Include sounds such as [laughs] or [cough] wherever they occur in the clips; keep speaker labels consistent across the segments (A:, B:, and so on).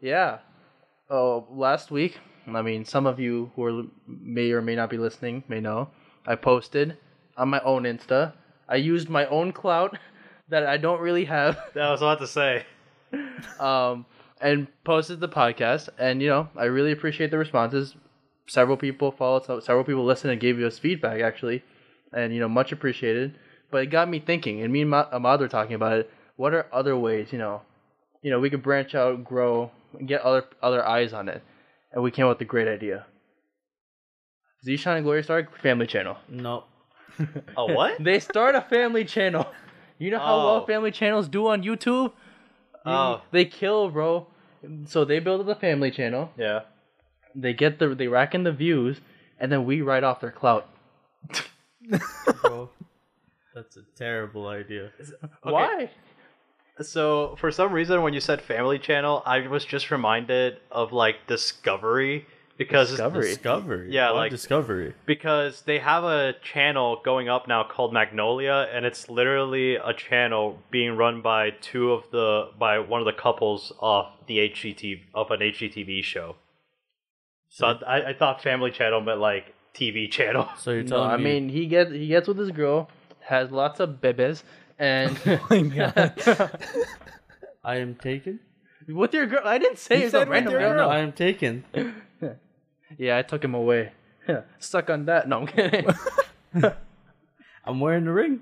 A: Yeah. Oh, last week, I mean, some of you who are, may or may not be listening may know, I posted on my own Insta. I used my own clout [laughs] that I don't really have [laughs]
B: That was a lot to say.
A: um, and posted the podcast. And you know, I really appreciate the responses. Several people followed, so- several people listened and gave us feedback actually, and you know, much appreciated. But it got me thinking, and me and Ma- Ahmad were talking about it. What are other ways, you know, you know, we could branch out, grow, and get other other eyes on it, and we came up with a great idea. Zishan and Glory Star Family Channel.
B: No. [laughs] A [laughs] what?
A: They start a family channel. You know how well
B: Oh.
A: family channels do on YouTube.
B: oh.
A: They kill, bro. So they build up a family channel.
B: Yeah.
A: They get the they rack in the views, and then we write off their clout.
B: Bro, that's a terrible idea.
A: Why?
B: So for some reason, when you said Family Channel, I was just reminded of like Discovery because
A: Discovery.
C: Discovery.
B: Yeah,
C: Why
B: like-
C: Discovery.
B: because they have a channel going up now called Magnolia, and it's literally a channel being run by two of the by one of the couples off the HGTV of an HGTV show. So I, I thought Family Channel meant like TV channel.
C: So you're
A: No,
C: telling
A: I
C: me
A: mean he gets he gets with his girl, has lots of bebes, and [laughs]
D: [laughs]
C: my God. I am taken.
A: with your girl. I didn't say it was a
C: said with
A: random
C: your
A: girl.
C: girl. I am taken.
A: Yeah, I took him away. [laughs] Suck on that. No, I'm kidding.
C: [laughs] I'm wearing the ring.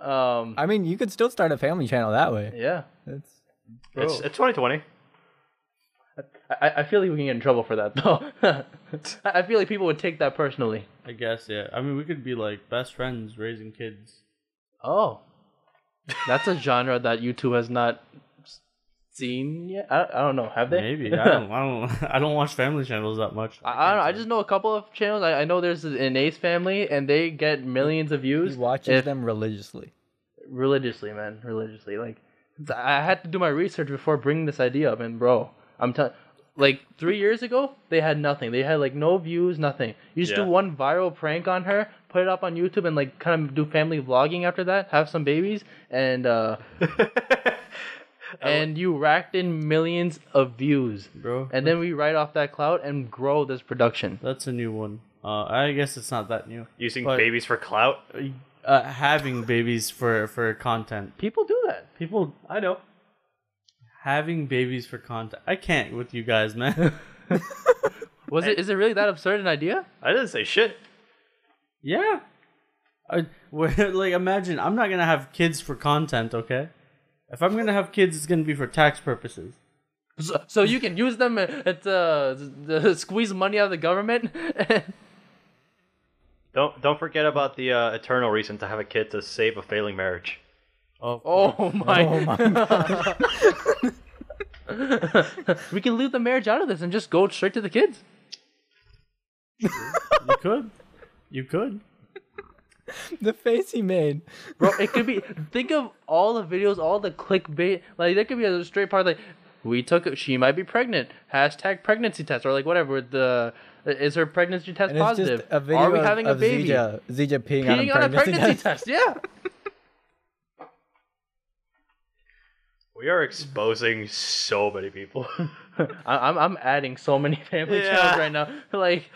A: um,
D: I mean, you could still start a family channel that way.
A: yeah,
D: That's
B: It's it's 2020.
A: I, I feel like we can get in trouble for that though. [laughs] I I feel like people would take that personally.
C: I guess. Yeah. I mean, we could be like best friends raising kids.
A: Oh, that's a genre that YouTube has not s- seen yet. I, I don't know. Have they? [laughs]
C: Maybe. I don't. I don't. [laughs] I don't watch family channels that much.
A: I, I don't know. I just know a couple of channels. I, I know there's an Ace family, and they get millions of
D: he
A: views.
D: watches
A: if-
D: them religiously.
A: religiously, man, religiously. Like, th- I had to do my research before bringing this idea up, and bro, I'm telling. Like three years ago, they had nothing. They had like no views, nothing. You just
B: Yeah.
A: do one viral prank on her, put it up on YouTube, and like kind of do family vlogging after that. Have some babies, and uh, and you racked in millions of views.
C: bro.
A: And then we write off that clout and grow this production.
C: That's a new one. Uh, I guess it's not that new.
B: [laughs] Using
C: But-
B: babies for clout.
C: Uh, having babies for for content.
A: People do that.
C: People
B: I know.
C: having babies for content. I can't with you guys, man.
A: Was it? Is it really that absurd an idea?
B: I didn't say shit.
C: yeah. I, we're- [laughs] like imagine I'm not gonna have kids for content, okay? If I'm gonna have kids, it's gonna be for tax purposes.
A: So, so you can use them uh, to uh, squeeze money out of the government. [laughs]
B: Don't don't forget about the uh, eternal reason to have a kid to save a failing marriage.
C: Oh,
A: oh my! [laughs] we can leave the marriage out of this and just go straight to the kids.
C: you could, you could.
D: The face he made.
A: Bro, it could be. think of all the videos, all the clickbait. Like there could be a straight part like, we took. it- She might be pregnant. Hashtag pregnancy test or like whatever. The is her pregnancy test
D: And it's
A: positive?
D: just a video
A: Are we
D: of,
A: having
D: of
A: a baby?
D: Zija, Zija peeing,
A: Peeing
D: on
A: on
D: a pregnancy, test.
A: test. Yeah.
B: We are exposing so many people. [laughs]
A: I- I'm I'm adding so many family
B: Yeah.
A: channels right now. Like.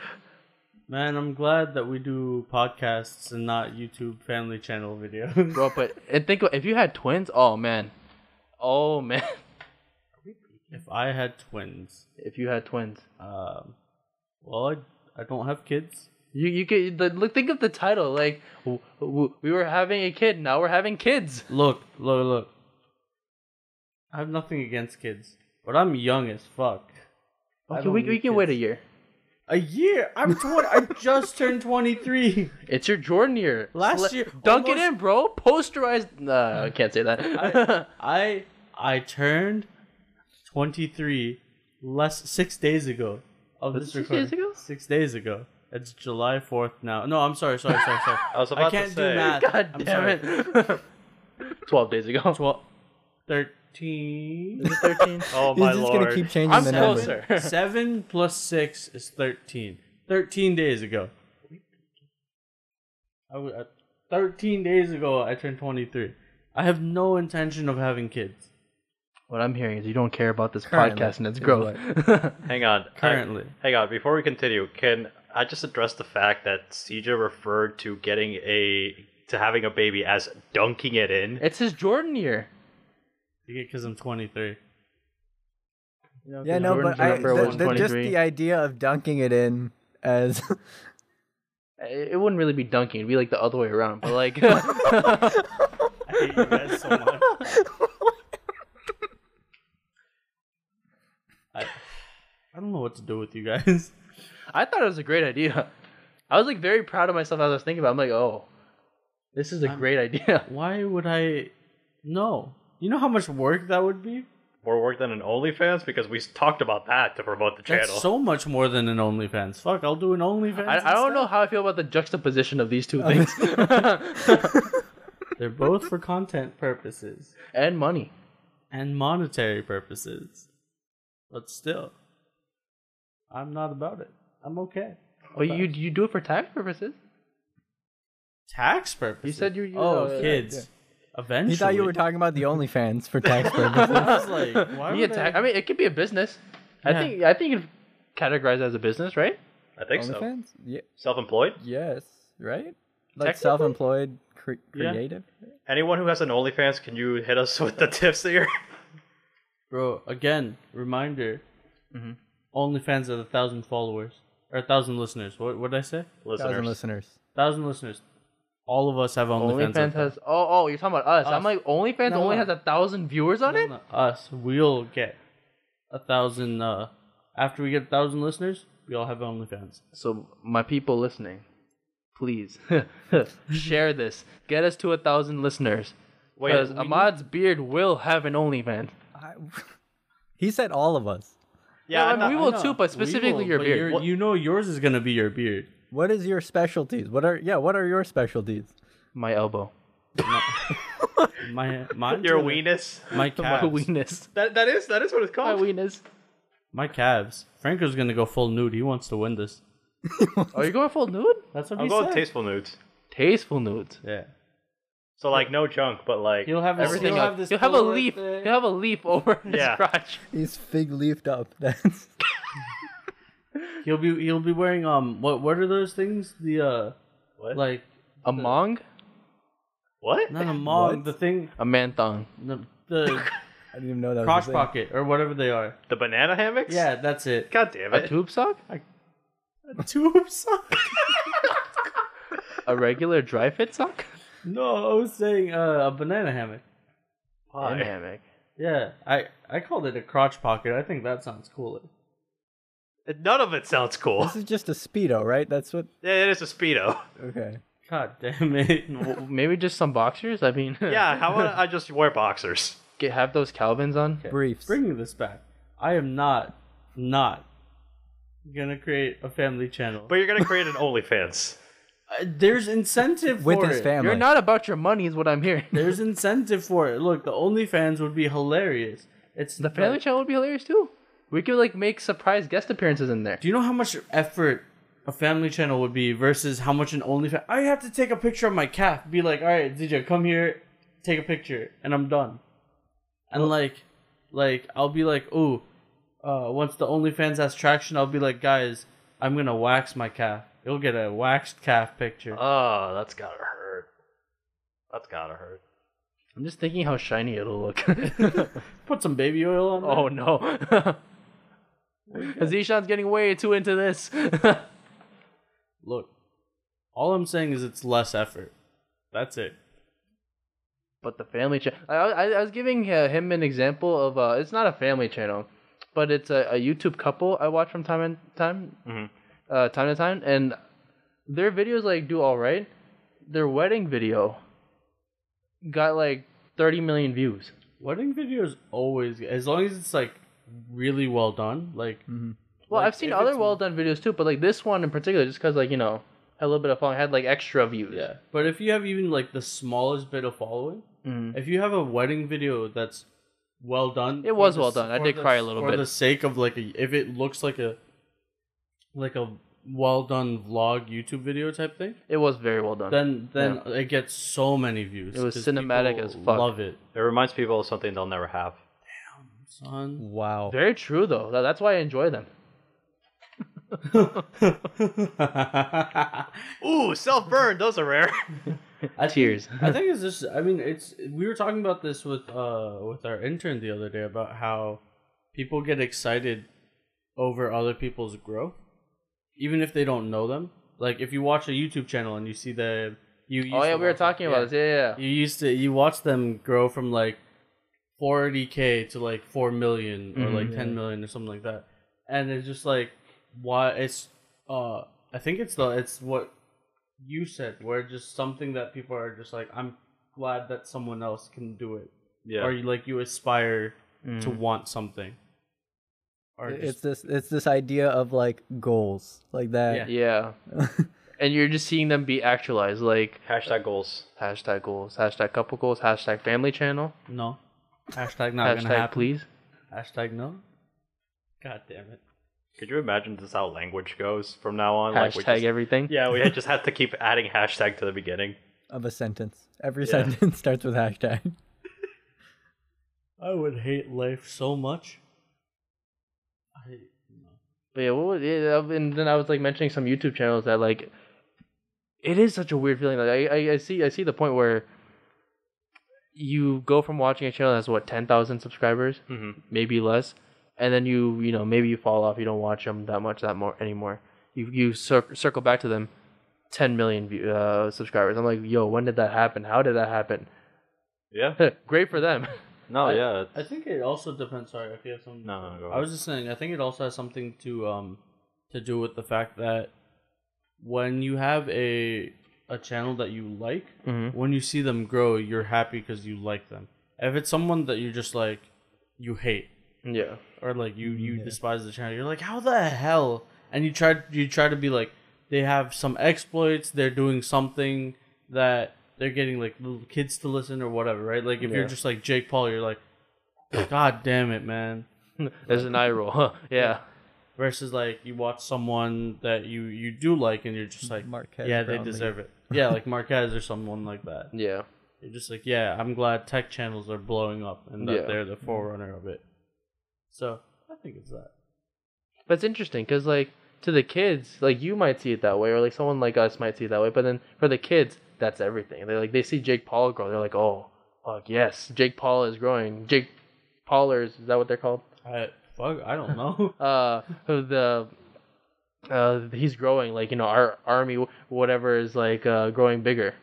C: Man, I'm glad that we do podcasts and not YouTube family channel videos. [laughs]
A: Bro, but and think of- if you had twins, oh man, oh [laughs] man,
C: if I had twins,
A: if you had twins,
C: um, well, I, I don't have kids.
A: you you could the, look. Think of the title, like w- w- we were having a kid, now we're having kids.
C: Look, look, look. I have nothing against kids, but I'm young as fuck. I
A: Okay,
C: don't
A: we we
C: need
A: can wait a
C: kids.
A: year.
C: A year? I'm 20.
A: [laughs]
C: I just turned 23.
A: It's your Jordan year.
C: Last
A: Sle-
C: year,
A: dunk it
C: almost-
A: in, bro. Posterized. Nah, I can't say that. [laughs]
C: I, I I turned 23 less six days ago. Of
A: Was
C: this
A: it six
C: recording.
A: days ago?
C: Six days ago. It's July 4th now. No, I'm sorry, sorry, sorry, [laughs] sorry.
B: I was about
C: I can't
B: to
C: do
B: say.
C: math.
A: God
C: I'm
A: damn it. [laughs] Twelve days ago.
C: Sorry. 12, 13.
A: Thirteen.
B: [laughs] Oh
D: [laughs] He's
B: my
D: just
B: lord!
D: gonna keep changing
A: I'm
D: the number.
A: closer.
C: [laughs] 7 plus 6 is 13. 13 days ago. I w- uh, 13 days ago, I turned 23. I have no intention of having kids.
A: What I'm hearing is you don't care about this
D: Currently,
A: podcast and its
D: is
A: growth.
B: Hang on. I-
C: Currently.
B: hang on. Before we continue, can I just address the fact that CJ referred to getting a to having a baby as dunking it
C: [laughs]
B: in?
A: [laughs] it's his Jordan year.
C: Because I'm 23.
A: You know,
D: Yeah,
A: 'cause
D: no,
A: Jordan's
D: but I,
A: number
D: the,
A: was
D: the- just
A: 23.
D: the idea of dunking it in as [laughs]
A: it it wouldn't really be dunking. It'd be like the other way around. But like,
C: [laughs]
A: [laughs]
C: I hate you guys so much. I, I don't know what to do with you guys. [laughs]
A: I thought it was a great idea. [laughs] I was like very proud of myself as I was thinking about. It. I'm like, oh, this is a great idea.
C: Why would I? No. You know how much work that would be?
B: [laughs] More work than an OnlyFans because we talked about that to promote the channel.
C: That's so much more than an OnlyFans. Fuck, I'll do an
A: [laughs]
C: OnlyFans.
A: I, I don't know how I feel about the juxtaposition of these
C: [laughs]
A: two things
C: They're both for content purposes
A: and money.
C: and monetary purposes. But still, I'm not about it. I'm okay.
A: But you you do it for tax purposes.
C: Tax purposes.
A: You said you- you-
C: oh,
A: uh,
C: kids. Eventually.
D: you thought
C: [laughs]
D: you were talking about the
A: [laughs]
D: OnlyFans for tax purposes.
C: I was like, why
A: Yeah,
C: would
A: ta-
C: I-
A: I mean, it could be a business. I
C: Yeah.
A: think I think it's categorized as a business, right?
B: I think so.
D: OnlyFans? Ye-
B: Self-employed.
D: yes, right? Like
A: Technically?
D: self-employed cre-
C: Yeah.
D: creative.
B: Anyone who has an OnlyFans, can you hit us with the tips here?
C: Bro, again, reminder.
A: Mm-hmm.
C: OnlyFans are the thousand followers or a thousand listeners. What what did I say?
D: Thousand
B: Listeners.
D: listeners.
C: Thousand listeners. All of us have OnlyFans.
A: OnlyFans has oh oh you're talking about us. I'm
C: Us.
A: like OnlyFans
C: No,
A: only
C: no.
A: has a thousand viewers on
C: No,
A: it.
C: no, us. We'll get a thousand. Uh, after we get a thousand listeners, we all have OnlyFans.
A: So my people listening, please share this. Get us to a thousand listeners.
B: Wait,
A: Because
B: we-
A: Ahmad's beard will have an OnlyFans.
D: I, [laughs] he said all of us.
B: yeah,
A: I
B: I'm
A: mean,
B: not-
A: we will too, but specifically your beard.
C: You know yours is gonna be your beard.
D: What is your specialties? What are yeah? What are your specialties?
A: [laughs] My elbow,
C: My [laughs] mine.
B: your weenus.
A: [laughs]
C: My
A: my
C: calves.
A: weenus,
B: That that is that is what it's
A: my
B: called.
A: weenus.
C: My calves. Franco's gonna go full nude. He wants to win this.
A: Are you going full nude?
C: That's what
B: I'm
C: he
B: going
C: said.
B: tasteful nudes.
A: Tasteful nudes.
C: yeah.
B: So like no junk, but like
C: He'll have
A: Everything.
C: He'll
A: else.
C: have this
A: You'll have a
C: silhouette
A: leaf.
C: thing.
A: You'll have a leaf over [laughs] his
B: Yeah.
A: crotch.
D: He's fig leafed up. That's
C: He'll be he'll be wearing um what what are those things the uh
B: what?
C: like
A: A mong,
B: what?
C: not a mog the thing
A: a man thong.
C: the,
A: [laughs]
C: the
D: I didn't even know that.
C: crotch
D: was a thing.
C: pocket or whatever they are
B: The banana hammocks?
C: yeah that's
B: [laughs]
C: it
B: God damn
A: A
B: it.
A: tube sock?
C: tube sock
A: A regular dry fit sock?
C: no I was saying uh, a banana hammock
A: And
B: Why?
A: hammock.
C: yeah I I called it a crotch pocket I think that sounds cooler
B: None of it sounds cool. [laughs]
D: This is just a speedo, right? That's what.
B: Yeah, it is a speedo.
D: Okay.
C: God [laughs] damn it
A: W- Maybe just some boxers. I mean, [laughs]
B: Yeah, how about I just wear boxers?
A: Get, have those Calvins on.
D: Briefs.
C: bringing this back I am not not gonna create a family channel
B: But you're gonna create an OnlyFans.
C: Uh, there's incentive
D: with
C: for
D: his
C: it.
D: family.
A: You're not about your money, is what I'm [laughs] hearing.
C: There's incentive for it. Look, the OnlyFans would be hilarious. It's
A: The Family Channel would be hilarious too. We could like make surprise guest appearances in there.
C: Do you know how much effort a Family Channel would be versus how much an OnlyFans? I have to take a picture of my calf. Be like, all right, DJ, come here, take a picture, and I'm done. And like, like I'll be like, ooh, uh, once the OnlyFans has traction, I'll be like, guys, I'm gonna wax my calf. You'll get a waxed calf picture.
B: [laughs] Oh, that's gotta hurt. That's gotta hurt.
A: I'm just thinking how shiny it'll [laughs] look.
C: Put some baby oil on.
A: oh no. [laughs] Azishan's getting way too into this. [laughs]
C: Look, all I'm saying is it's less effort. That's it.
A: but the Family Channel. I, I, I was giving uh, him an example of uh, it's not a Family Channel, but it's a, a YouTube couple I watch from time to time, uh, time to time, and their videos like do all right. Their wedding video got like 30 million views.
C: Wedding videos always, as long as it's like really well done, like
A: Well,
C: Like,
A: I've seen
C: if
A: other
C: it's-
A: well done videos too, but like this one in particular, just because like you know had a little bit of fun, had like extra views.
C: yeah. But if you have even like the smallest bit of following, if you have a wedding video that's well done,
A: Mm. It
C: for
A: was
C: the-
A: well done. I
C: for
A: did
C: the-
A: cry a little
C: for
A: bit.
C: the sake of like a, if it looks like a like a well done vlog YouTube video type thing,
A: It was very well done.
C: then then it gets so many views.
A: Uh, It was
C: 'cause
A: cinematic
C: people
A: as fuck.
C: Love it.
B: It reminds people of something they'll never have.
A: [laughs]
C: son. [laughs]
D: Wow.
A: Very true though. That- That's why I enjoy them.
B: Ooh, self burn. Those are rare. [laughs]
C: [laughs]
A: Cheers. [laughs]
C: I think it's just. I mean, it's. We were talking about this with uh with our intern the other day about how people get excited over other people's growth, even if they don't know them. Like if you watch a YouTube channel and you see the you.
A: Oh
C: used
A: yeah,
C: to
A: we were
C: watch-
A: talking
C: yeah.
A: about this. Yeah, yeah.
C: You used to you watch them grow from like 40k to like 4 million
B: Mm-hmm,
C: or like 10 million or something like that. And it's just like why it's uh I think it's the it's what you said where just something that people are just like I'm glad that someone else can do it
B: Yeah. Mm.
C: or you like you aspire to want something. Or just,
D: It's this it's this idea of like goals like
A: yeah.
D: that.
C: [laughs]
A: and you're just seeing them be actualized, like
B: Hashtag goals.
A: hashtag goals, hashtag couple goals, hashtag family channel,
C: no. Hashtag not gonna
A: hashtag
C: happen.
A: please.
C: Hashtag no. God damn it.
B: Could you imagine just how language goes from now on? we
A: Hashtag
B: just,
A: everything.
B: Yeah, we just have to keep adding hashtag to the beginning.
D: Of a sentence. Every
B: Yeah.
D: sentence starts with hashtag.
C: I would hate life so much. I
A: But yeah, what was, yeah, that- and then I was like mentioning some YouTube channels that like, it is such a weird feeling. Like I, I, I see, I see the point where you go from watching a channel that's what ten thousand subscribers,
B: Mhm.
A: maybe less, and then you, you know, maybe you fall off. You don't watch them that much that more anymore. You you cir- circle back to them, ten million view, uh, subscribers. I'm like, yo, when did that happen? How did that happen? [laughs]
B: Yeah.
A: Great for them. [laughs]
B: No. yeah.
C: I think it also depends. Sorry, if you have some.
B: No. no, no go
C: I was just saying. I think it also has something to um to do with the fact that when you have a a channel that you like,
B: Mm-hmm.
A: Mhm.
C: when you see them grow, you're happy because you like them. If it's someone that you just like, you hate
A: yeah.
C: or like you you despise the channel, you're like, how the hell? And you try you try to be like, they have some exploits, they're doing something that they're getting like little kids to listen or whatever, right? Like if you're
A: Yeah.
C: just like Jake Paul, you're like, God damn it, man.
A: There's an eye roll. Huh. yeah.
C: Versus like you watch someone that you you do like and you're just like,
D: Marquez
C: yeah, they
D: Brownlee.
C: deserve it. Yeah, like Marquez or someone like that.
A: Yeah.
C: You're just like, yeah, I'm glad tech channels are blowing up and that
A: Yeah.
C: they're the forerunner of it. So I think it's that.
A: But it's interesting because, like, to the kids, like you might see it that way, or like someone like us might see it that way. But then for the kids, that's everything. They like they see Jake Paul grow. They're like, oh, fuck yes, Jake Paul is growing. Jake Paulers is that what they're called?
C: I fuck, I don't know.
A: Uh, who the uh he's growing. Like you know, our army, whatever, is like uh growing bigger.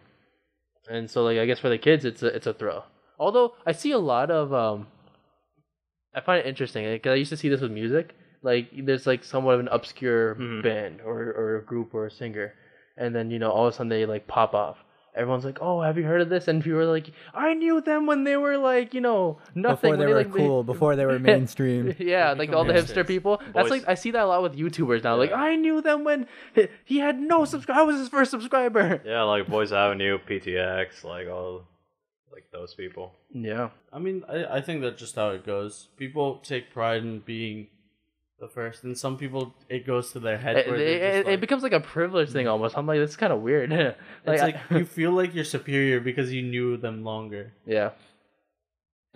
A: And so, like, I guess for the kids, it's a it's a thrill. Although I see a lot of um, I find it interesting because I used to see this with music. Like, there's like somewhat of an obscure
D: Mm-hmm.
B: Mhm.
A: band or or a group or a singer, and then you know all of a sudden they like pop off. Everyone's like, "Oh, have you heard of this?" And people are like, "I knew them when they were like, you know, nothing."
D: Before
A: when
D: they were
A: like,
D: cool, before they were
A: [laughs]
D: mainstream.
A: yeah,
C: They
A: like
C: become
A: all the
C: hipsters.
A: hipster people. That's
B: Boys.
A: like I see that a lot with YouTubers now. Like
B: Yeah.
A: I knew them when he- he had no subscribe. I was his first subscriber.
B: Yeah, like Boys Avenue, PTX, like all, like those people.
A: Yeah.
C: I mean, I, I think that's just how it goes. People take pride in being the first, and some people it goes to their head.
A: It,
C: where
A: it-
C: they're just
A: it- it
C: like-
A: becomes like a privilege thing almost. I'm like, that's kind of weird. [laughs] like,
C: it's
A: I- [laughs]
C: like you feel like you're superior because you knew them longer,
A: yeah,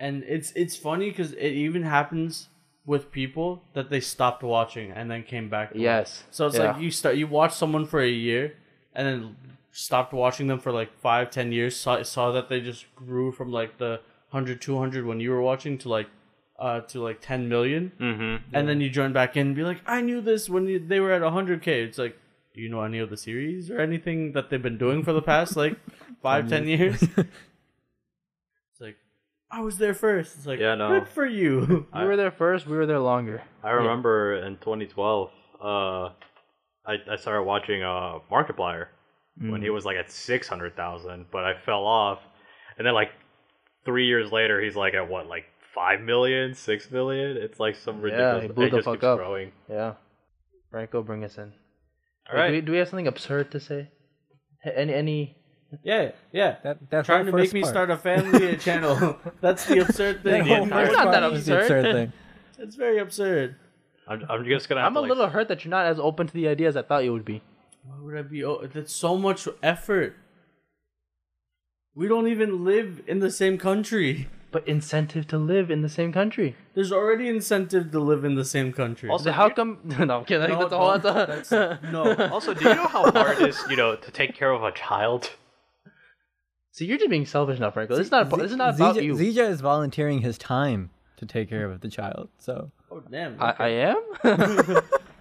C: and it's it's funny because it even happens with people that they stopped watching and then came back. to it.
A: yes.
C: So it's
A: Yeah.
C: like you start you watch someone for a year and then stopped watching them for like five, ten years. Saw saw that they just grew from like the 100, 200 when you were watching to like uh to like ten million,
B: Mm-hmm.
C: and then you join back in and be like, I knew this when you, they were at hundred k. It's like, do you know any of the series or anything that they've been doing for the past like five, ten years? It's like, I was there first. It's like,
B: Yeah, no.
C: good for you.
A: we were there first. We were there longer.
B: I remember in 2012, uh, I I started watching uh Markiplier when he
A: Mm.
B: was like at 600,000, but I fell off, and then like three years later, he's like at what like five million, six million. It's like some
A: Yeah,
B: ridiculous.
A: he blew
B: it
A: the
B: just
A: fuck
B: keeps
A: up.
B: growing.
A: Yeah. Franco, bring us in.
B: All
A: Do, we,
B: right,
A: do we have something absurd to say? H- Any any?
C: yeah, yeah.
D: That that's
C: trying to make me start a family channel. That's the
D: [laughs]
C: absurd thing.
B: whole entire-
A: It's not that absurd.
D: thing.
C: It's very absurd.
B: I'm, I'm just gonna. Have
A: I'm
B: to,
A: a
B: like,
A: little hurt that you're not as open to the idea as I thought you would be.
C: Why would I be? Oh, that's so much effort. We don't even live in the same country.
A: but incentive to live in the same country.
C: There's already incentive to live in the same country.
B: Also,
A: So how come? [laughs] No, I'm kidding.
C: No,
A: that's a whole
C: don't.
A: that's a-
C: That's- no.
B: Also, do you know how hard it is, you know, to take care of a child?
A: See, you're just being selfish now, Franco. This is not. This is not about
D: Zija,
A: you.
D: Zija is volunteering his time to take care of the child. So
C: oh damn.
A: I, I am. [laughs]